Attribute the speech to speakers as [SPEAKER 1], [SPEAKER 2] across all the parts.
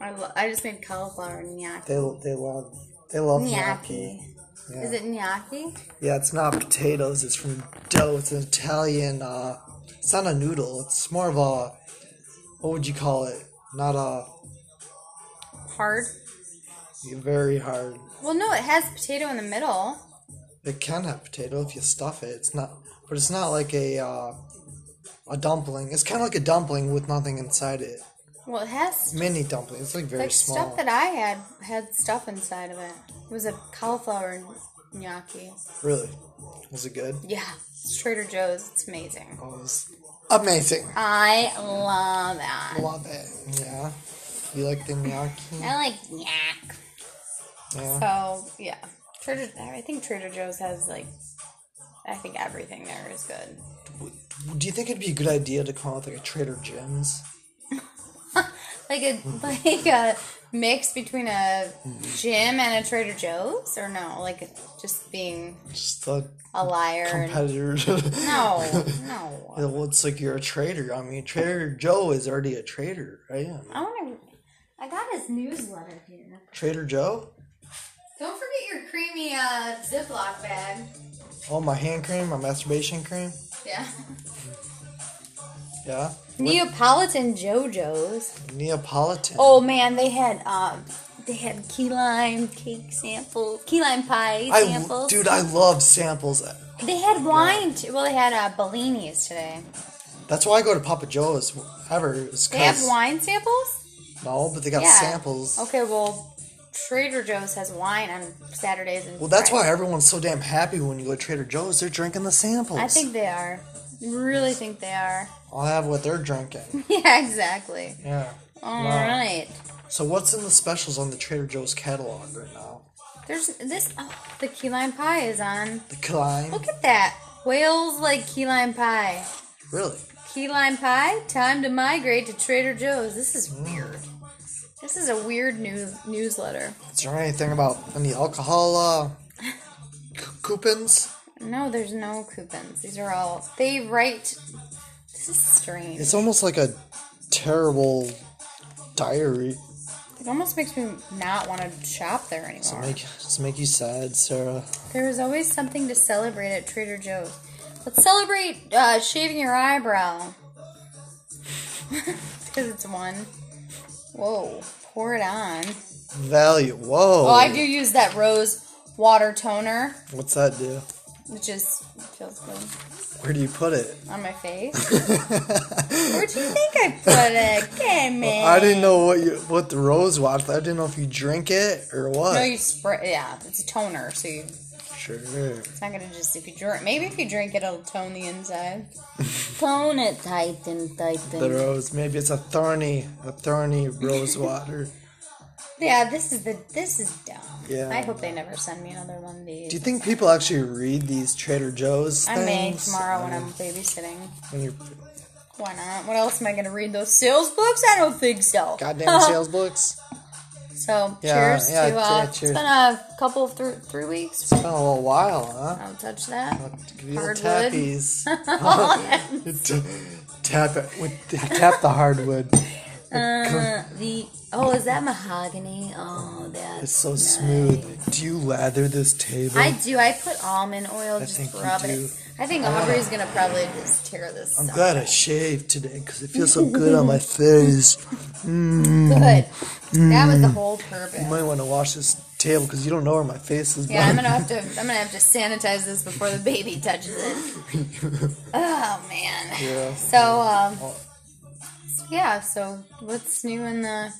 [SPEAKER 1] I, lo- I just made cauliflower gnocchi.
[SPEAKER 2] They they love they love gnocchi.
[SPEAKER 1] gnocchi.
[SPEAKER 2] Yeah.
[SPEAKER 1] Is it gnocchi?
[SPEAKER 2] Yeah, it's not potatoes. It's from dough. It's an Italian. Uh, it's not a noodle. It's more of a what would you call it? Not a
[SPEAKER 1] Hard.
[SPEAKER 2] very hard.
[SPEAKER 1] Well, no, it has potato in the middle.
[SPEAKER 2] It can have potato if you stuff it. It's not, but it's not like a uh, a dumpling. It's kind of like a dumpling with nothing inside it.
[SPEAKER 1] Well, it has
[SPEAKER 2] Mini dumpling. It's like very
[SPEAKER 1] like
[SPEAKER 2] small.
[SPEAKER 1] stuff that I had had stuff inside of it. It was a cauliflower gnocchi.
[SPEAKER 2] really, was it good?
[SPEAKER 1] Yeah, it's Trader Joe's. It's amazing.
[SPEAKER 2] Oh, it was amazing.
[SPEAKER 1] I love that.
[SPEAKER 2] Love it. Yeah. You like the gnocchi?
[SPEAKER 1] I like gnocchi.
[SPEAKER 2] Yeah.
[SPEAKER 1] So yeah, Trader. I think Trader Joe's has like, I think everything there is good.
[SPEAKER 2] Do you think it'd be a good idea to call it like a Trader Jim's?
[SPEAKER 1] Like a like a mix between a gym and a Trader Joe's, or no? Like just being
[SPEAKER 2] Just a
[SPEAKER 1] a liar. And,
[SPEAKER 2] competitor.
[SPEAKER 1] no,
[SPEAKER 2] Yeah,
[SPEAKER 1] no.
[SPEAKER 2] well, it's like you're a trader. I mean, Trader Joe is already a trader, right?
[SPEAKER 1] I want to. I got his newsletter here.
[SPEAKER 2] Trader Joe?
[SPEAKER 1] Don't forget your creamy uh, Ziploc bag.
[SPEAKER 2] Oh, my hand cream, my masturbation cream.
[SPEAKER 1] Yeah.
[SPEAKER 2] Yeah.
[SPEAKER 1] Neapolitan JoJo's.
[SPEAKER 2] Neapolitan.
[SPEAKER 1] Oh man, they had um, they had key lime cake samples, key lime pie
[SPEAKER 2] I,
[SPEAKER 1] samples.
[SPEAKER 2] Dude, I love samples.
[SPEAKER 1] They had wine. Too. Well, they had uh, Bellinis today.
[SPEAKER 2] That's why I go to Papa Joe's ever. Is
[SPEAKER 1] They have
[SPEAKER 2] 'cause-
[SPEAKER 1] wine samples.
[SPEAKER 2] No, but they got
[SPEAKER 1] Yeah. Oh,
[SPEAKER 2] samples.
[SPEAKER 1] Okay, well, Trader Joe's has wine on Saturdays and.
[SPEAKER 2] Well, that's why
[SPEAKER 1] Fridays.
[SPEAKER 2] everyone's so damn happy when you go to Trader Joe's. They're drinking the samples.
[SPEAKER 1] I think they are. Really think they are.
[SPEAKER 2] I'll have what they're drinking.
[SPEAKER 1] yeah, exactly.
[SPEAKER 2] Yeah.
[SPEAKER 1] All
[SPEAKER 2] No.
[SPEAKER 1] right.
[SPEAKER 2] So what's in the specials on the Trader Joe's catalog right now?
[SPEAKER 1] There's this. Oh, the key lime pie is on.
[SPEAKER 2] The Klein.
[SPEAKER 1] Look at that. Whales like key lime pie.
[SPEAKER 2] Really?
[SPEAKER 1] Key lime pie. Time to migrate to Trader Joe's. This is weird. This is a weird news newsletter.
[SPEAKER 2] Hmm. Is there anything about any alcohol uh, c- coupons?
[SPEAKER 1] No, there's no coupons. These are all they write. This is strange.
[SPEAKER 2] It's almost like a terrible diary.
[SPEAKER 1] It almost makes me not want to shop there anymore.
[SPEAKER 2] Make just make you sad, Sarah.
[SPEAKER 1] There is always something to celebrate at Trader Joe's. Let's celebrate uh, shaving your eyebrow. Because it's one. Whoa, pour it on.
[SPEAKER 2] Value. Whoa.
[SPEAKER 1] Oh, I do use that rose water toner,
[SPEAKER 2] What's that do?
[SPEAKER 1] which just feels good
[SPEAKER 2] Where do you put it?
[SPEAKER 1] on my face. Where do you think I put it? Okay, man.
[SPEAKER 2] I didn't know what you what the rose was. I didn't know if you drink it or what.
[SPEAKER 1] No, you spray. Yeah, it's a toner, so you, it's
[SPEAKER 2] sure.
[SPEAKER 1] not gonna just if you drink. Maybe if you drink it, it'll tone the inside. tone it, Titan,
[SPEAKER 2] The
[SPEAKER 1] Titan.
[SPEAKER 2] rose. Maybe it's a thorny, a thorny rose water.
[SPEAKER 1] Yeah, this is the this is dumb.
[SPEAKER 2] Yeah.
[SPEAKER 1] I hope they never send me another one of these.
[SPEAKER 2] Do you think people actually read these Trader Joe's
[SPEAKER 1] I may
[SPEAKER 2] things?
[SPEAKER 1] tomorrow when I'm babysitting.
[SPEAKER 2] When you're
[SPEAKER 1] Why not? What else am I gonna read? Those sales books? I don't think so.
[SPEAKER 2] goddamn sales books.
[SPEAKER 1] So
[SPEAKER 2] Yeah,
[SPEAKER 1] cheers
[SPEAKER 2] yeah,
[SPEAKER 1] to uh,
[SPEAKER 2] yeah, cheers.
[SPEAKER 1] it's been a couple of thr- three weeks.
[SPEAKER 2] Been a little while, huh?
[SPEAKER 1] I'll touch that.
[SPEAKER 2] Give you little
[SPEAKER 1] Hardwood.
[SPEAKER 2] tappies. T- tap it with tap the hardwood.
[SPEAKER 1] Uh, the oh, is that mahogany? Oh, that's
[SPEAKER 2] It's so
[SPEAKER 1] nice.
[SPEAKER 2] smooth. Do you lather this table?
[SPEAKER 1] I do. I put almond oil.
[SPEAKER 2] think
[SPEAKER 1] just
[SPEAKER 2] you
[SPEAKER 1] rub
[SPEAKER 2] do. Ah.
[SPEAKER 1] it. I think Aubrey's gonna probably just tear this.
[SPEAKER 2] I'm
[SPEAKER 1] up.
[SPEAKER 2] glad I shaved today because it feels so good on my face. Mm,
[SPEAKER 1] Good. That was the whole purpose.
[SPEAKER 2] You might want to wash this table because you don't know where my face is.
[SPEAKER 1] yeah, I'm gonna have to. I'm gonna have to sanitize this before the baby touches it. Oh man.
[SPEAKER 2] Yeah.
[SPEAKER 1] So um. Yeah. So what's new in the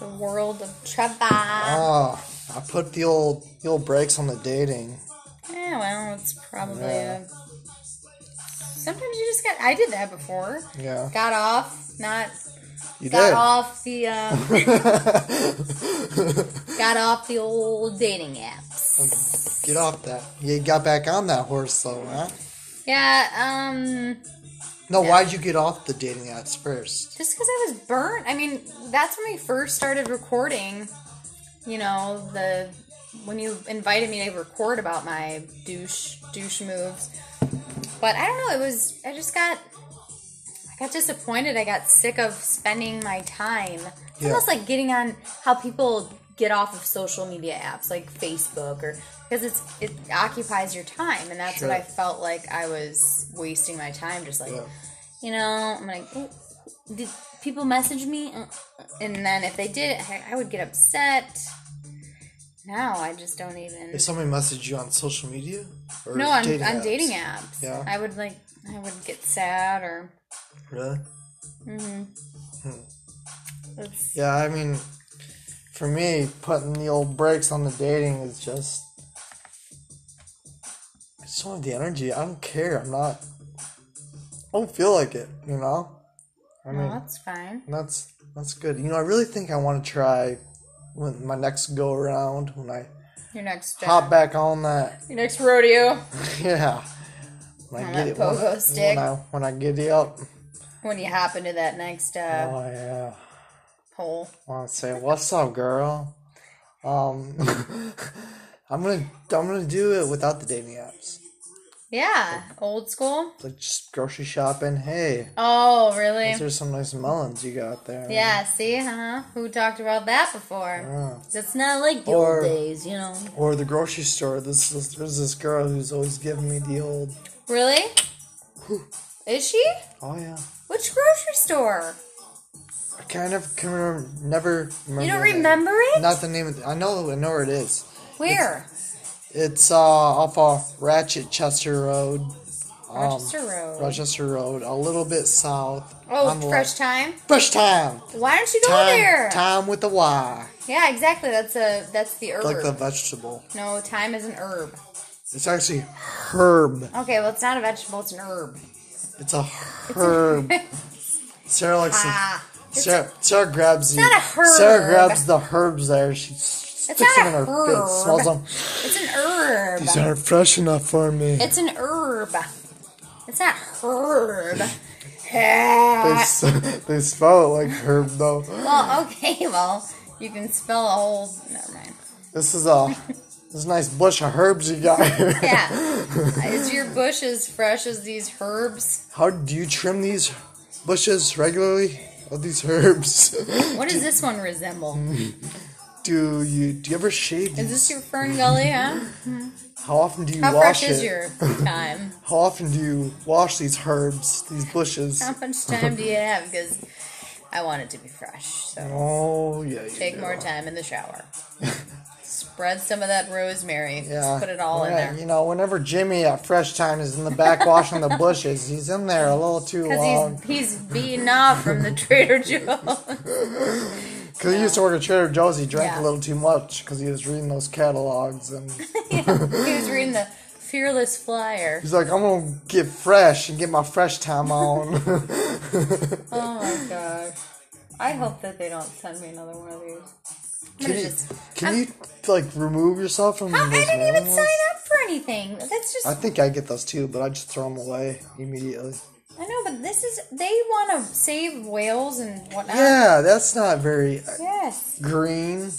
[SPEAKER 1] the world of Trevor?
[SPEAKER 2] Ah, I put the old the old brakes on the dating.
[SPEAKER 1] Yeah. Well, it's probably
[SPEAKER 2] Yeah.
[SPEAKER 1] a. Sometimes you just got. I did that before.
[SPEAKER 2] Yeah,
[SPEAKER 1] Got off. Not
[SPEAKER 2] you
[SPEAKER 1] got
[SPEAKER 2] did.
[SPEAKER 1] off the um, got off the old dating apps.
[SPEAKER 2] Get off that. You got back on that horse though, huh?
[SPEAKER 1] Yeah, um,
[SPEAKER 2] No, why'd you get off the dating apps first?
[SPEAKER 1] just because I was burnt. I mean, that's when we first started recording. You know, the when you invited me to record about my douche douche moves, but I don't know. It was I just got I got disappointed. I got sick of spending my time It's almost like getting on how people get off of social media apps like Facebook or because it's it occupies your time and that's
[SPEAKER 2] Sure.
[SPEAKER 1] what I felt like I was wasting my time just like
[SPEAKER 2] Yeah.
[SPEAKER 1] you know I'm like "Oh, did people message me Uh, uh," and then if they did I, I would get upset. Now I just don't even.
[SPEAKER 2] If somebody messaged you on social media or
[SPEAKER 1] no, on
[SPEAKER 2] dating
[SPEAKER 1] on
[SPEAKER 2] apps?
[SPEAKER 1] dating apps,
[SPEAKER 2] Yeah.
[SPEAKER 1] I would like I would get sad or mm-hmm.
[SPEAKER 2] Really? Hmm.
[SPEAKER 1] it's,
[SPEAKER 2] Yeah, I mean, for me, putting the old brakes on the dating is just. I just don't have the energy. I don't care. I'm not. I don't feel like it, you know? I mean,
[SPEAKER 1] no, that's fine.
[SPEAKER 2] And That's that's good. You know, I really think I want to try when my next go around when I
[SPEAKER 1] Your next
[SPEAKER 2] hop
[SPEAKER 1] job,
[SPEAKER 2] back on that.
[SPEAKER 1] your next rodeo
[SPEAKER 2] yeah. When
[SPEAKER 1] On
[SPEAKER 2] I
[SPEAKER 1] that
[SPEAKER 2] get it
[SPEAKER 1] pogo
[SPEAKER 2] when,
[SPEAKER 1] stick.
[SPEAKER 2] when I when I giddy up.
[SPEAKER 1] when you hop into that next uh,
[SPEAKER 2] Oh yeah.
[SPEAKER 1] hole.
[SPEAKER 2] Want to say what's up, girl? Um, I'm gonna I'm gonna do it without the dating apps.
[SPEAKER 1] Yeah, old school.
[SPEAKER 2] Like just grocery shopping. Hey,
[SPEAKER 1] Oh, really?
[SPEAKER 2] there's some nice melons you got there.
[SPEAKER 1] Yeah, see, huh? Who talked about that before?
[SPEAKER 2] Yeah.
[SPEAKER 1] It's not like the
[SPEAKER 2] Or-
[SPEAKER 1] old days, you know.
[SPEAKER 2] Or the grocery store. This, this there's this girl who's always giving me the old.
[SPEAKER 1] Really? Is she?
[SPEAKER 2] Oh yeah.
[SPEAKER 1] Which grocery store?
[SPEAKER 2] I kind of can remember, never remember.
[SPEAKER 1] You don't
[SPEAKER 2] the name.
[SPEAKER 1] remember it?
[SPEAKER 2] Not the name of. The, I know. I know where it is.
[SPEAKER 1] Where?
[SPEAKER 2] It's uh off of Ratchet Chester Road. um,
[SPEAKER 1] Rochester Road.
[SPEAKER 2] Rochester Road, a little bit south. on the
[SPEAKER 1] oh,
[SPEAKER 2] left.
[SPEAKER 1] Fresh Time.
[SPEAKER 2] Fresh time.
[SPEAKER 1] Why don't you go
[SPEAKER 2] Time,
[SPEAKER 1] there?
[SPEAKER 2] time with the Y,
[SPEAKER 1] Yeah, exactly. That's a that's the herb.
[SPEAKER 2] like the vegetable.
[SPEAKER 1] no, time is an herb.
[SPEAKER 2] It's actually herb.
[SPEAKER 1] Okay, well, it's not a vegetable. It's an herb.
[SPEAKER 2] It's a herb. Sarah likes to-
[SPEAKER 1] Ah, it's,
[SPEAKER 2] Sarah, Sarah grabs the.
[SPEAKER 1] not a herb.
[SPEAKER 2] Sarah grabs the herbs there. She sticks
[SPEAKER 1] not
[SPEAKER 2] them in
[SPEAKER 1] a
[SPEAKER 2] her face.
[SPEAKER 1] herb.
[SPEAKER 2] Smells them.
[SPEAKER 1] it's an herb.
[SPEAKER 2] These aren't fresh enough for me.
[SPEAKER 1] It's an herb. It's not herb.
[SPEAKER 2] They,
[SPEAKER 1] Yeah.
[SPEAKER 2] s- they spell it like herb though.
[SPEAKER 1] well, okay, well, you can spell a whole. Never mind.
[SPEAKER 2] This is a this is a nice bush of herbs you got here.
[SPEAKER 1] Yeah. Is your bush as fresh as these herbs?
[SPEAKER 2] How do you trim these bushes regularly? Of these herbs,
[SPEAKER 1] What does this one resemble?
[SPEAKER 2] do you do you ever shave?
[SPEAKER 1] Is
[SPEAKER 2] These?
[SPEAKER 1] this your fern gully, huh?
[SPEAKER 2] How often do you
[SPEAKER 1] How
[SPEAKER 2] wash
[SPEAKER 1] fresh is
[SPEAKER 2] it?
[SPEAKER 1] your time?
[SPEAKER 2] How often do you wash these herbs, these bushes?
[SPEAKER 1] How much time do you have? Because I want it to be fresh, so
[SPEAKER 2] Oh yeah. you
[SPEAKER 1] take
[SPEAKER 2] do.
[SPEAKER 1] more time in the shower. Spread some of that rosemary.
[SPEAKER 2] Yeah.
[SPEAKER 1] Just put it all in
[SPEAKER 2] Yeah,
[SPEAKER 1] there.
[SPEAKER 2] You know, whenever Jimmy at Fresh Time is in the back washing the bushes, he's in there a little too long.
[SPEAKER 1] Because he's, he's beaten off from the Trader Joe's.
[SPEAKER 2] Because he used to work at Trader Joe's, he drank
[SPEAKER 1] Yeah.
[SPEAKER 2] a little too much because he was reading those catalogs, and
[SPEAKER 1] He was reading the Fearless Flyer.
[SPEAKER 2] he's like, "I'm gonna get fresh and get my fresh time on."
[SPEAKER 1] Oh my god. I hope that they don't send me another one of these. I'm
[SPEAKER 2] can
[SPEAKER 1] gonna
[SPEAKER 2] you,
[SPEAKER 1] just.
[SPEAKER 2] can you like remove yourself from
[SPEAKER 1] How- I
[SPEAKER 2] those
[SPEAKER 1] didn't even
[SPEAKER 2] mailing
[SPEAKER 1] sign
[SPEAKER 2] lists?
[SPEAKER 1] up for anything. That's just.
[SPEAKER 2] I think I get those too, but I just throw them away immediately.
[SPEAKER 1] I know, but this is. They want to save whales and
[SPEAKER 2] Uh,
[SPEAKER 1] whatnot.
[SPEAKER 2] Yeah, that's not very uh,
[SPEAKER 1] Yes.
[SPEAKER 2] green.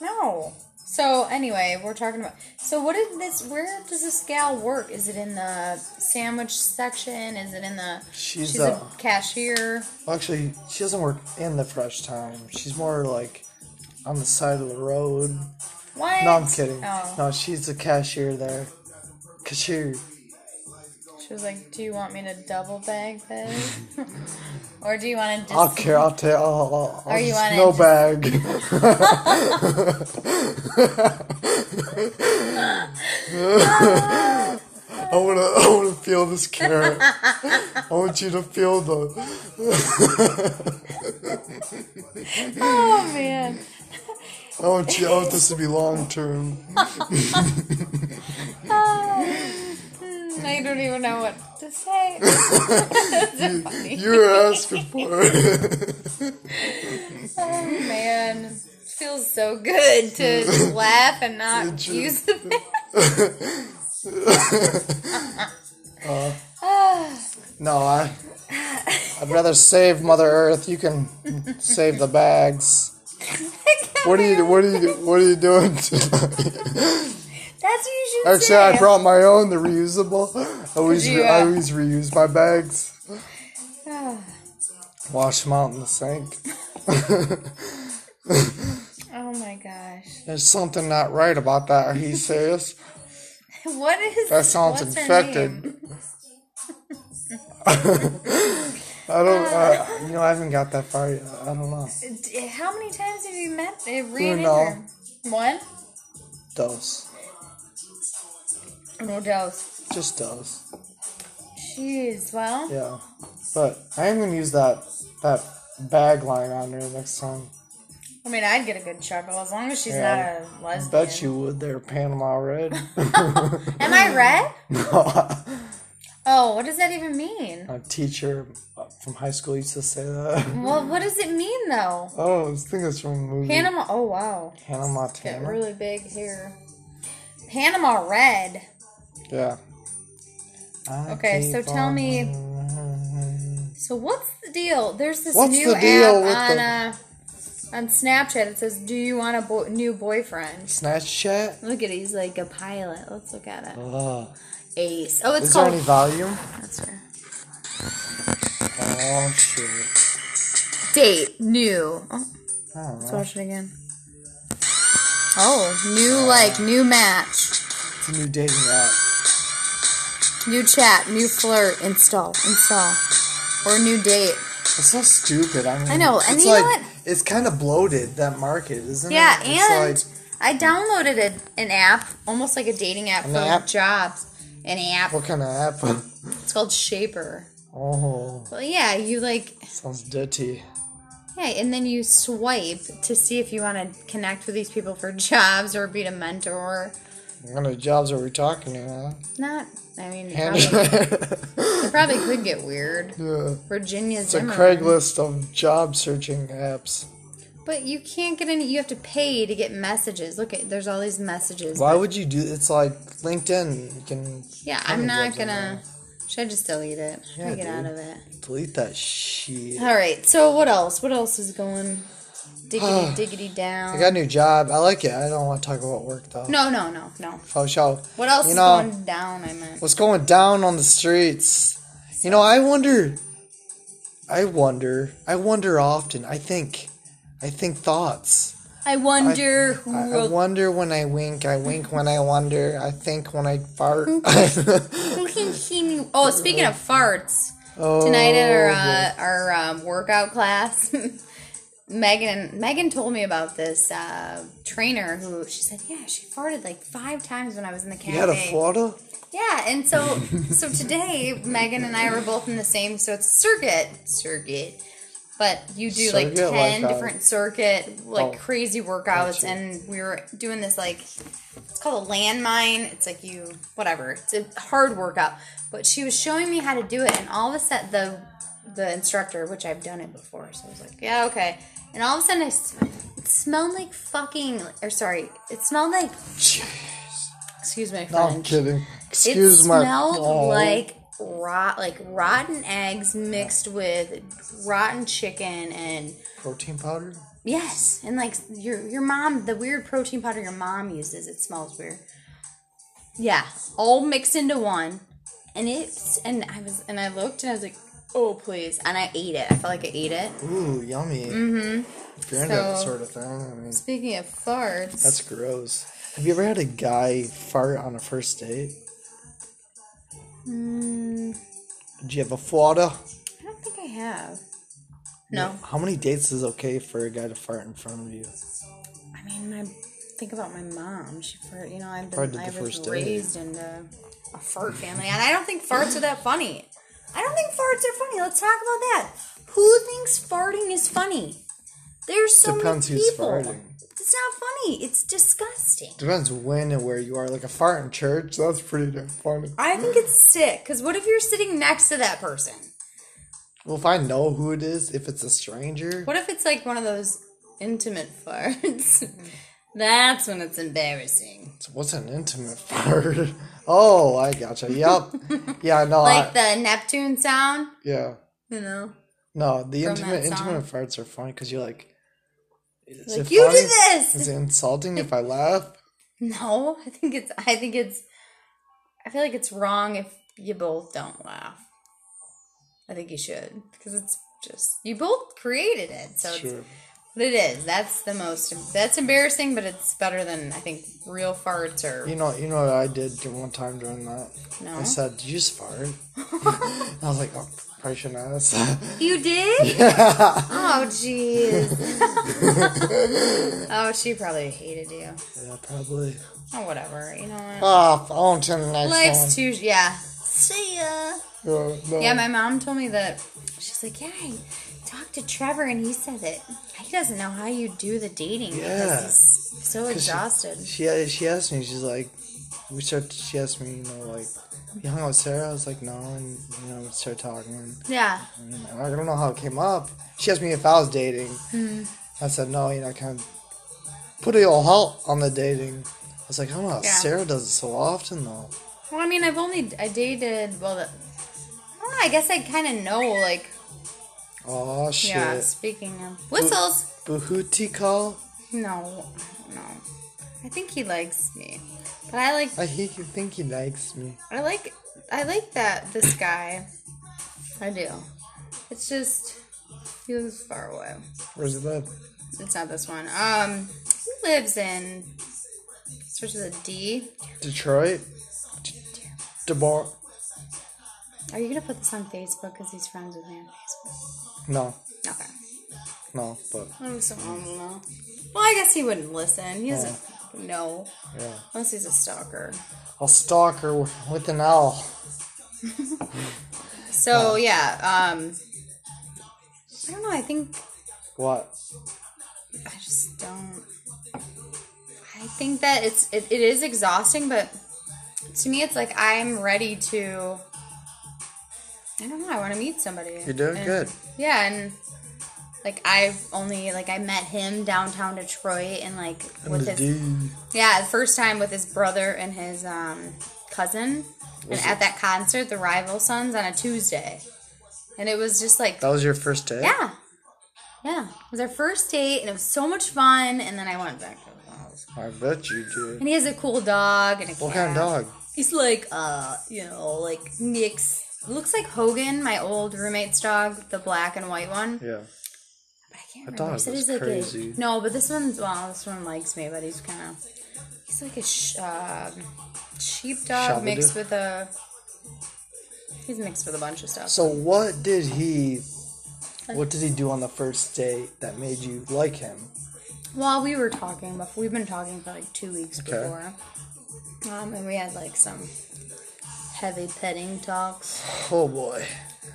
[SPEAKER 1] No. So anyway, we're talking about. So what is this? Where does this gal work? Is it in the sandwich section? Is it in the?
[SPEAKER 2] She's
[SPEAKER 1] she's
[SPEAKER 2] a-
[SPEAKER 1] a cashier.
[SPEAKER 2] Actually, she doesn't work in the fresh time. She's more like on the side of the road.
[SPEAKER 1] What?
[SPEAKER 2] No, I'm kidding.
[SPEAKER 1] Oh.
[SPEAKER 2] No, she's the cashier there. Cashier.
[SPEAKER 1] She was like, "Do you want me to double bag this, or do you want to just?"
[SPEAKER 2] I'll care. I'll take. I'll, I'll, I'll
[SPEAKER 1] Or you
[SPEAKER 2] just
[SPEAKER 1] wanna
[SPEAKER 2] no
[SPEAKER 1] just-
[SPEAKER 2] bag. I wanna. I wanna feel this carrot. I want you to feel the.
[SPEAKER 1] Oh man,
[SPEAKER 2] I want you. I want this to be long term.
[SPEAKER 1] Oh. I don't even know what to say. That's so funny.
[SPEAKER 2] You're asking for it.
[SPEAKER 1] Oh man, feels so good to just laugh and not use the. Oh,
[SPEAKER 2] No, I. I'd rather save Mother Earth. You can save the bags. What are you? What are you? What are you doing?
[SPEAKER 1] That's what you should
[SPEAKER 2] Actually,
[SPEAKER 1] say.
[SPEAKER 2] I brought my own. The reusable. I always,
[SPEAKER 1] Did
[SPEAKER 2] re-
[SPEAKER 1] you,
[SPEAKER 2] I
[SPEAKER 1] uh,
[SPEAKER 2] always reuse my bags. Wash them out in the sink.
[SPEAKER 1] Oh my gosh.
[SPEAKER 2] There's something not right about that. Are he serious?
[SPEAKER 1] What is
[SPEAKER 2] That sounds
[SPEAKER 1] what's her
[SPEAKER 2] infected.
[SPEAKER 1] name?
[SPEAKER 2] I don't. Uh, you know, I haven't got that far. Yet. I don't know.
[SPEAKER 1] D- How many times have you met uh, ran into
[SPEAKER 2] know.
[SPEAKER 1] her? One?
[SPEAKER 2] Dose.
[SPEAKER 1] No dose.
[SPEAKER 2] Just dose.
[SPEAKER 1] Jeez, well.
[SPEAKER 2] Yeah. But I am gonna use that that bag line on there next time.
[SPEAKER 1] I mean, I'd get a good chuckle as long as she's
[SPEAKER 2] Yeah.
[SPEAKER 1] not a lesbian.
[SPEAKER 2] Bet you would. They're Panama red.
[SPEAKER 1] Am I red?
[SPEAKER 2] no,
[SPEAKER 1] Oh, what does that even mean?
[SPEAKER 2] a teacher from high school used to say that.
[SPEAKER 1] Well, what does it mean though?
[SPEAKER 2] Oh, this thing is from a movie.
[SPEAKER 1] Panama. Oh wow,
[SPEAKER 2] Hannah
[SPEAKER 1] got
[SPEAKER 2] Montana.
[SPEAKER 1] really big hair. Panama red.
[SPEAKER 2] Yeah. I
[SPEAKER 1] Okay, so
[SPEAKER 2] keep
[SPEAKER 1] tell
[SPEAKER 2] on
[SPEAKER 1] me-
[SPEAKER 2] running.
[SPEAKER 1] So what's the deal? There's this
[SPEAKER 2] What's
[SPEAKER 1] new
[SPEAKER 2] the deal with
[SPEAKER 1] app on
[SPEAKER 2] the-
[SPEAKER 1] uh, on Snapchat. It says, "Do you want a bo- new boyfriend?"
[SPEAKER 2] Snatch chat.
[SPEAKER 1] Look at it. He's like a pilot. Let's look at it.
[SPEAKER 2] Ugh.
[SPEAKER 1] Ace. Oh, it's
[SPEAKER 2] Oh. Is there
[SPEAKER 1] called.
[SPEAKER 2] any volume?
[SPEAKER 1] That's right.
[SPEAKER 2] Oh shit.
[SPEAKER 1] Date new. Oh,
[SPEAKER 2] I don't
[SPEAKER 1] let's
[SPEAKER 2] know.
[SPEAKER 1] watch it again. Oh, new like new match.
[SPEAKER 2] It's a new dating app.
[SPEAKER 1] New chat, new flirt, install, install, or new date.
[SPEAKER 2] It's so stupid. I mean,
[SPEAKER 1] I know,
[SPEAKER 2] It's
[SPEAKER 1] and you know
[SPEAKER 2] like
[SPEAKER 1] what?
[SPEAKER 2] it's kind of bloated that market, isn't
[SPEAKER 1] Yeah,
[SPEAKER 2] it?
[SPEAKER 1] and
[SPEAKER 2] it's like,
[SPEAKER 1] I downloaded a, an app, almost like a dating app
[SPEAKER 2] An
[SPEAKER 1] for
[SPEAKER 2] app?
[SPEAKER 1] jobs. An app.
[SPEAKER 2] what kind of app?
[SPEAKER 1] It's called Shaper.
[SPEAKER 2] oh,
[SPEAKER 1] Well, yeah, you like,
[SPEAKER 2] sounds dirty.
[SPEAKER 1] yeah, and then you swipe to see if you want to connect with these people for jobs or be a mentor.
[SPEAKER 2] What kind of jobs are we talking about?
[SPEAKER 1] Not, I mean, probably,
[SPEAKER 2] it's
[SPEAKER 1] probably could get weird.
[SPEAKER 2] Yeah.
[SPEAKER 1] Virginia's
[SPEAKER 2] a Craigslist of job searching apps.
[SPEAKER 1] But you can't get any. You have to pay to get messages. Look at there's all these messages.
[SPEAKER 2] Why would you do? It's like LinkedIn. You can
[SPEAKER 1] Yeah,
[SPEAKER 2] How
[SPEAKER 1] I'm
[SPEAKER 2] many
[SPEAKER 1] not
[SPEAKER 2] jobs are
[SPEAKER 1] gonna. Should I just delete it? How do I
[SPEAKER 2] Yeah,
[SPEAKER 1] get
[SPEAKER 2] dude.
[SPEAKER 1] out of it.
[SPEAKER 2] delete that shit.
[SPEAKER 1] All right. So what else? What else is going? Diggity diggity down.
[SPEAKER 2] I got a new job. I like it. I don't want to talk about work though.
[SPEAKER 1] no, no, no, no.
[SPEAKER 2] For sure.
[SPEAKER 1] What else
[SPEAKER 2] You
[SPEAKER 1] is
[SPEAKER 2] know-
[SPEAKER 1] going down? I meant.
[SPEAKER 2] What's going down on the streets? You know, I wonder. I wonder. I wonder often. I think. I think thoughts.
[SPEAKER 1] I wonder who
[SPEAKER 2] I, I
[SPEAKER 1] wrote.
[SPEAKER 2] wonder when I wink. I wink when I wonder. I think when I fart.
[SPEAKER 1] who can he knew- Oh, speaking of farts,
[SPEAKER 2] oh,
[SPEAKER 1] tonight at our uh, our um, workout class. Megan Megan told me about this uh, trainer who she said yeah she farted like five times when I was in the cafe.
[SPEAKER 2] you had a photo.
[SPEAKER 1] Yeah, and so so today Megan and I were both in the same so it's circuit circuit. But you do like
[SPEAKER 2] Circuit,
[SPEAKER 1] ten
[SPEAKER 2] like, uh,
[SPEAKER 1] different circuit like
[SPEAKER 2] oh,
[SPEAKER 1] crazy workouts
[SPEAKER 2] gotcha.
[SPEAKER 1] and we were doing this like it's called a landmine. It's like you whatever. It's a hard workout. But she was showing me how to do it and all of a sudden the the instructor, which I've done it before, so I was like, yeah, okay. And all of a sudden I s- it smelled like fucking or sorry, it smelled like excuse my
[SPEAKER 2] No,
[SPEAKER 1] French.
[SPEAKER 2] I'm kidding.
[SPEAKER 1] It
[SPEAKER 2] Excuse my.
[SPEAKER 1] smelled
[SPEAKER 2] Oh.
[SPEAKER 1] like rot, like rotten eggs mixed with rotten chicken, and
[SPEAKER 2] protein powder.
[SPEAKER 1] yes, and like your your mom, the weird protein powder your mom uses, it smells weird. Yeah, all mixed into one, and it's and I was and I looked and I was like, oh please, and I ate it. I felt like I ate it.
[SPEAKER 2] Ooh, yummy. Mm-hmm. If you're into that
[SPEAKER 1] So-
[SPEAKER 2] sort of thing, I mean,
[SPEAKER 1] Speaking of farts,
[SPEAKER 2] that's gross. Have you ever had a guy fart on a first date?
[SPEAKER 1] mm,
[SPEAKER 2] Did you have a photo?
[SPEAKER 1] I don't think I have. No,
[SPEAKER 2] How many dates is okay for a guy to fart in front of you?
[SPEAKER 1] I mean, my think about my mom. She, fart, you know, I've been,
[SPEAKER 2] Farted the
[SPEAKER 1] I was
[SPEAKER 2] first day.
[SPEAKER 1] raised in a, a fart family, and I don't think farts are that funny. I don't think farts are funny. Let's talk about that. Who thinks farting is funny? There's so
[SPEAKER 2] Depends
[SPEAKER 1] many
[SPEAKER 2] who's
[SPEAKER 1] people.
[SPEAKER 2] farting.
[SPEAKER 1] It's not funny. It's disgusting.
[SPEAKER 2] Depends when and where you are. Like a fart in church, that's pretty damn funny.
[SPEAKER 1] I think it's sick. Cause what if you're sitting next to that person?
[SPEAKER 2] Well, if I know who it is, if it's a stranger,
[SPEAKER 1] What if it's like one of those intimate farts? That's when it's embarrassing.
[SPEAKER 2] what's an intimate fart? oh, I gotcha. Yup. yeah, no,
[SPEAKER 1] Like
[SPEAKER 2] I,
[SPEAKER 1] the Neptune sound,
[SPEAKER 2] yeah,
[SPEAKER 1] you know.
[SPEAKER 2] no. The
[SPEAKER 1] From
[SPEAKER 2] intimate
[SPEAKER 1] that song.
[SPEAKER 2] intimate farts are funny because you're like, is
[SPEAKER 1] Like,
[SPEAKER 2] it
[SPEAKER 1] "You
[SPEAKER 2] funny?
[SPEAKER 1] did this!"
[SPEAKER 2] Is it insulting if I laugh?
[SPEAKER 1] No, I think it's. I think it's. I feel like it's wrong if you both don't laugh. I think you should because it's just you both created it, so it's,
[SPEAKER 2] Sure.
[SPEAKER 1] but it is. That's the most. That's embarrassing, but it's better than I think real farts or
[SPEAKER 2] You know, you know what I did dur- one time during that.
[SPEAKER 1] no.
[SPEAKER 2] I said, "Did you just fart?" I was like, "Oh, probably shouldn't ask."
[SPEAKER 1] You did? Oh, jeez. oh, she probably hated you.
[SPEAKER 2] yeah, probably.
[SPEAKER 1] Oh, whatever. You know what?
[SPEAKER 2] Ah, on to the next
[SPEAKER 1] Life's too. Yeah. See ya.
[SPEAKER 2] one. Yeah, no.
[SPEAKER 1] Yeah, my mom told me that. She's like, yeah, I talked to Trevor and he said that he doesn't know how you do the dating
[SPEAKER 2] Yeah.
[SPEAKER 1] because he's so exhausted.
[SPEAKER 2] She she asked me. She's like, we start. She asked me, you know, like, you hung out with Sarah. I was like, no, and you know, we started talking. And,
[SPEAKER 1] yeah.
[SPEAKER 2] I don't know how it came up. She asked me if I was dating.
[SPEAKER 1] Hmm.
[SPEAKER 2] I said no. You know, I kind of put a little halt on the dating. I was like, I don't know.
[SPEAKER 1] Yeah.
[SPEAKER 2] Sarah does it so often though.
[SPEAKER 1] Well, I mean, I've only I dated. Well, the, I don't know. I guess I kind of know. Like,
[SPEAKER 2] Oh shit.
[SPEAKER 1] yeah. Speaking of whistles.
[SPEAKER 2] Bahuti call.
[SPEAKER 1] No, no. I think he likes me, but I like
[SPEAKER 2] I he, he think he likes me.
[SPEAKER 1] I like I like that this guy. I do. It's just he lives far away.
[SPEAKER 2] Where's he live?
[SPEAKER 1] It's not this one. Um, he lives in starts with a D.
[SPEAKER 2] Detroit. Debar.
[SPEAKER 1] Are you gonna put this on Facebook? Cause he's friends with me on Facebook.
[SPEAKER 2] No,
[SPEAKER 1] Okay.
[SPEAKER 2] no, but
[SPEAKER 1] I'm so I don't know. Well, I guess he wouldn't listen. He doesn't know
[SPEAKER 2] yeah.
[SPEAKER 1] unless he's a stalker.
[SPEAKER 2] I'll stalk her with an owl.
[SPEAKER 1] So yeah. Um, I don't know. I think
[SPEAKER 2] What?
[SPEAKER 1] I just don't. I think that it's it, it is exhausting, but to me, it's like I'm ready to. I don't know. I want to meet somebody.
[SPEAKER 2] You're doing
[SPEAKER 1] And-
[SPEAKER 2] good.
[SPEAKER 1] Yeah, and like I've only like I met him downtown Detroit, and like with
[SPEAKER 2] the
[SPEAKER 1] his
[SPEAKER 2] dude.
[SPEAKER 1] yeah, the first time with his brother and his um, cousin, and at that concert, the Rival Sons on a Tuesday, and it was just like
[SPEAKER 2] That was your first date.
[SPEAKER 1] yeah. Yeah. It was our first date and it was so much fun and then I went back to the house.
[SPEAKER 2] I bet you did.
[SPEAKER 1] And he has a cool dog and a
[SPEAKER 2] What kind of dog?
[SPEAKER 1] He's like uh, you know, like Nick's looks like Hogan, my old roommate's dog, the black and white one.
[SPEAKER 2] Yeah.
[SPEAKER 1] But I can't
[SPEAKER 2] That
[SPEAKER 1] remember.
[SPEAKER 2] dog
[SPEAKER 1] He said
[SPEAKER 2] was
[SPEAKER 1] he's like
[SPEAKER 2] crazy.
[SPEAKER 1] a No, but this one's well, this one likes me, but he's kind of he's like a sh- uh, sheepdog
[SPEAKER 2] Shabadoo.
[SPEAKER 1] mixed with a he's mixed with a bunch of stuff.
[SPEAKER 2] So what did he? What did he do on the first date that made you like him?
[SPEAKER 1] Well, we were talking, but we've been talking for like two weeks
[SPEAKER 2] Okay.
[SPEAKER 1] before, um, and we had like some heavy petting talks.
[SPEAKER 2] Oh boy.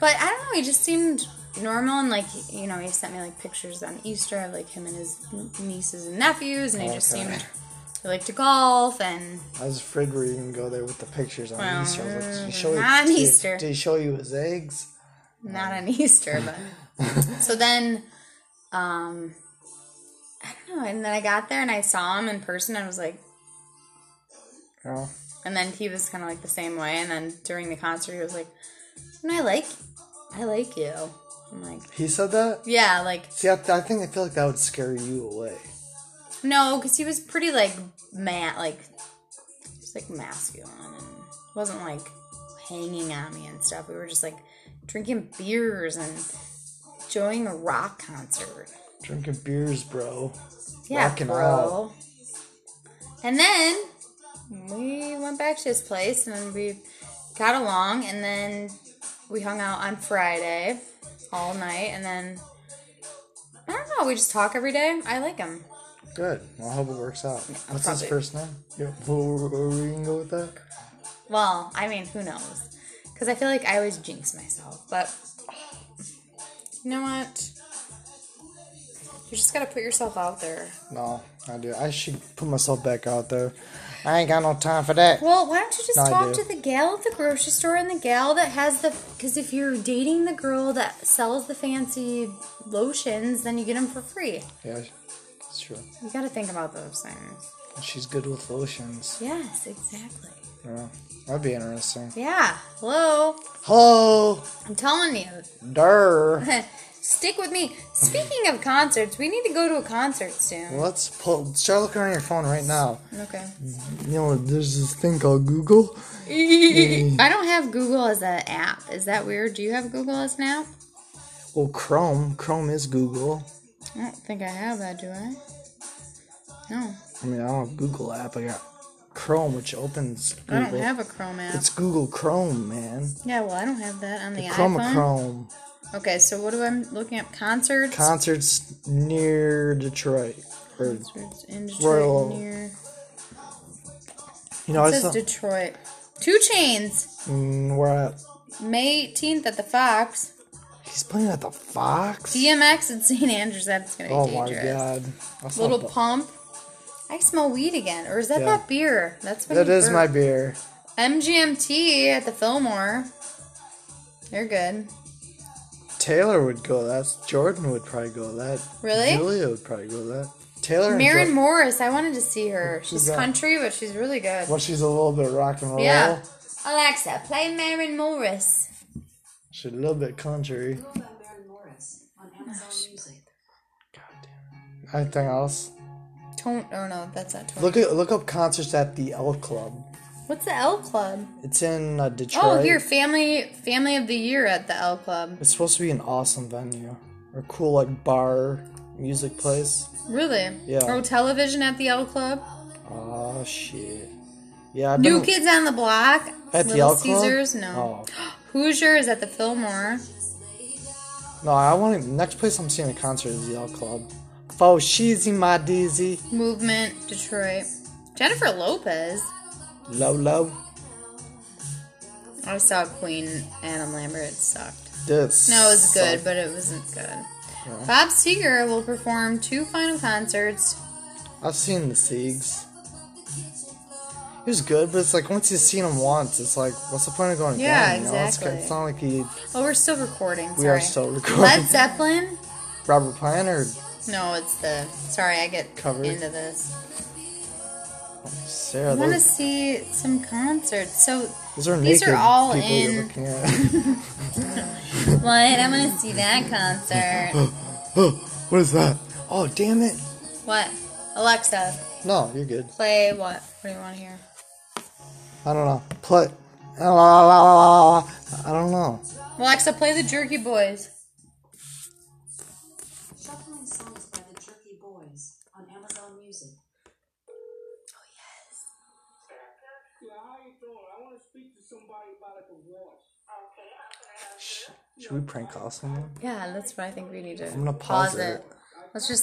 [SPEAKER 1] But I don't know, he just seemed normal, and like you know, he sent me like pictures on Easter of like him and his n- nieces and nephews, and he just
[SPEAKER 2] Okay.
[SPEAKER 1] seemed he liked to golf and
[SPEAKER 2] I was afraid we were gonna go there with the pictures on
[SPEAKER 1] Well,
[SPEAKER 2] Easter. I was like, did he show you,
[SPEAKER 1] not on
[SPEAKER 2] did he-
[SPEAKER 1] Easter.
[SPEAKER 2] Did he show you his eggs?
[SPEAKER 1] not on Easter, but so then, um, I don't know, and then I got there and I saw him in person, and I was like.
[SPEAKER 2] No.
[SPEAKER 1] And then he was kind of like the same way. And then during the concert, he was like, "No, I like, I like you." I'm like,
[SPEAKER 2] He said that.
[SPEAKER 1] "Yeah, like
[SPEAKER 2] See, I, I think I feel like that would scare you away.
[SPEAKER 1] no," because he was pretty like man, like just like masculine, and wasn't like hanging on me and stuff. We were just like drinking beers and enjoying a rock concert.
[SPEAKER 2] Drinking beers, bro.
[SPEAKER 1] Yeah,
[SPEAKER 2] Rocking
[SPEAKER 1] bro.
[SPEAKER 2] out.
[SPEAKER 1] And then we went back to his place and then we got along and then we hung out on Friday all night and then I don't know, we just talk every day. I like him.
[SPEAKER 2] Good. Well, I hope it works out. What's
[SPEAKER 1] probably-
[SPEAKER 2] his first name? Yeah. Where, where we can go with that?
[SPEAKER 1] Well, I mean, who knows? Cuz I feel like I always jinx myself, but you know what? You just got to put yourself out there.
[SPEAKER 2] No, I do. I should put myself back out there. I ain't got no time for that.
[SPEAKER 1] Well, why don't you just
[SPEAKER 2] No, I
[SPEAKER 1] talk
[SPEAKER 2] do.
[SPEAKER 1] to the gal at the grocery store and the gal that has the. Because if you're dating the girl that sells the fancy lotions, then you get them for free.
[SPEAKER 2] Yeah, it's true.
[SPEAKER 1] You got to think about those things.
[SPEAKER 2] She's good with lotions.
[SPEAKER 1] Yes, exactly.
[SPEAKER 2] Yeah, that'd be interesting.
[SPEAKER 1] Yeah. Hello.
[SPEAKER 2] Hello,
[SPEAKER 1] I'm telling you.
[SPEAKER 2] der.
[SPEAKER 1] Stick with me. Speaking of concerts, we need to go to a concert soon.
[SPEAKER 2] Let's pull. Start looking on your phone right now.
[SPEAKER 1] Okay.
[SPEAKER 2] You know, there's this thing called Google. Mm.
[SPEAKER 1] I don't have Google as an app. Is that weird? Do you have Google as an app?
[SPEAKER 2] Well, Chrome. Chrome is Google.
[SPEAKER 1] I don't think I have that, do I? No.
[SPEAKER 2] I mean, I don't have Google app. I got Chrome, which opens
[SPEAKER 1] I
[SPEAKER 2] Google.
[SPEAKER 1] don't have a Chrome app.
[SPEAKER 2] It's Google Chrome, man.
[SPEAKER 1] yeah, well, I don't have that on the,
[SPEAKER 2] Chroma
[SPEAKER 1] iPhone.
[SPEAKER 2] Chrome.
[SPEAKER 1] Okay, so what do I'm looking up? Concerts.
[SPEAKER 2] Concerts near Detroit. Or,
[SPEAKER 1] Concerts in Detroit
[SPEAKER 2] Royal-
[SPEAKER 1] near.
[SPEAKER 2] you know, I
[SPEAKER 1] It says
[SPEAKER 2] saw
[SPEAKER 1] Detroit. Two Chains,
[SPEAKER 2] mm, we're at.
[SPEAKER 1] May 18th at the Fox.
[SPEAKER 2] He's playing at the Fox?
[SPEAKER 1] DMX at St. Andrews. That's gonna be
[SPEAKER 2] oh my
[SPEAKER 1] dangerous.
[SPEAKER 2] god. I saw
[SPEAKER 1] Little
[SPEAKER 2] bu-
[SPEAKER 1] Pump. I smell weed again, or is that
[SPEAKER 2] Yeah.
[SPEAKER 1] that beer? That's when
[SPEAKER 2] That
[SPEAKER 1] you
[SPEAKER 2] is
[SPEAKER 1] burp.
[SPEAKER 2] my beer.
[SPEAKER 1] MGMT at the Fillmore. They're good.
[SPEAKER 2] Taylor would go that. Jordan would probably go that.
[SPEAKER 1] Really?
[SPEAKER 2] Julia would probably go that. Taylor and
[SPEAKER 1] Maren
[SPEAKER 2] Jo-
[SPEAKER 1] Morris, I wanted to see her. She's
[SPEAKER 2] that?
[SPEAKER 1] country, but she's really good.
[SPEAKER 2] Well, she's a little bit rock and roll.
[SPEAKER 1] Yeah. Alexa, play Maren Morris.
[SPEAKER 2] She's a little bit country.
[SPEAKER 3] Google by Baron Morris on
[SPEAKER 1] Oh,
[SPEAKER 3] Amazon Music.
[SPEAKER 2] Anything else?
[SPEAKER 1] Tone. Oh no, that's not Tone.
[SPEAKER 2] Look at look up concerts at the L Club.
[SPEAKER 1] What's the L Club?
[SPEAKER 2] It's in uh, Detroit.
[SPEAKER 1] Oh, here, family, family of the year at the L Club.
[SPEAKER 2] It's supposed to be an awesome venue, or cool like bar music place.
[SPEAKER 1] Really?
[SPEAKER 2] Yeah.
[SPEAKER 1] Oh, television at the L Club.
[SPEAKER 2] Oh shit. Yeah, I've
[SPEAKER 1] New
[SPEAKER 2] been
[SPEAKER 1] Kids on the Block.
[SPEAKER 2] at the
[SPEAKER 1] Little
[SPEAKER 2] L Club.
[SPEAKER 1] Caesars. No. Hoosiers at the Fillmore.
[SPEAKER 2] Oh. No, I want to, next place I'm seeing a concert is the L Club. Oh, sheezy my dizzy,
[SPEAKER 1] Movement. Detroit. Jennifer Lopez.
[SPEAKER 2] low low.
[SPEAKER 1] I saw Queen Adam Lambert. It sucked.
[SPEAKER 2] This.
[SPEAKER 1] No, it was good,
[SPEAKER 2] sucked.
[SPEAKER 1] but it wasn't good. Bob Seger will perform two final concerts.
[SPEAKER 2] I've seen the Siegs. It was good, but it's like once you've seen him once, it's like, what's the point of going
[SPEAKER 1] Yeah,
[SPEAKER 2] again? you know? It's
[SPEAKER 1] exactly.
[SPEAKER 2] ki- It's, not like he,
[SPEAKER 1] Oh, we're still recording. Sorry.
[SPEAKER 2] we are still recording.
[SPEAKER 1] Led Zeppelin.
[SPEAKER 2] Robert Plant or
[SPEAKER 1] No, it's the. Sorry, I get
[SPEAKER 2] Covered.
[SPEAKER 1] into this.
[SPEAKER 2] Sarah?
[SPEAKER 1] I want to
[SPEAKER 2] Those,
[SPEAKER 1] see some concerts. So
[SPEAKER 2] those are
[SPEAKER 1] these are
[SPEAKER 2] naked
[SPEAKER 1] all
[SPEAKER 2] people
[SPEAKER 1] in-
[SPEAKER 2] You're looking at.
[SPEAKER 1] what? I want to see that concert.
[SPEAKER 2] oh, what is that? Oh, damn it!
[SPEAKER 1] what? Alexa,
[SPEAKER 2] No, you're good.
[SPEAKER 1] play what? What do you want to hear?
[SPEAKER 2] I don't know. Play. La, la, la, la, la. I don't know.
[SPEAKER 1] Alexa, play the Jerky Boys.
[SPEAKER 3] Shuffling songs by the Jerky Boys on Amazon Music.
[SPEAKER 4] Yeah, how you doing? I want to speak to somebody about a divorce.
[SPEAKER 2] Should we prank call someone?
[SPEAKER 1] Yeah, that's what I think we need to.
[SPEAKER 2] I'm gonna pause it.
[SPEAKER 1] Let's just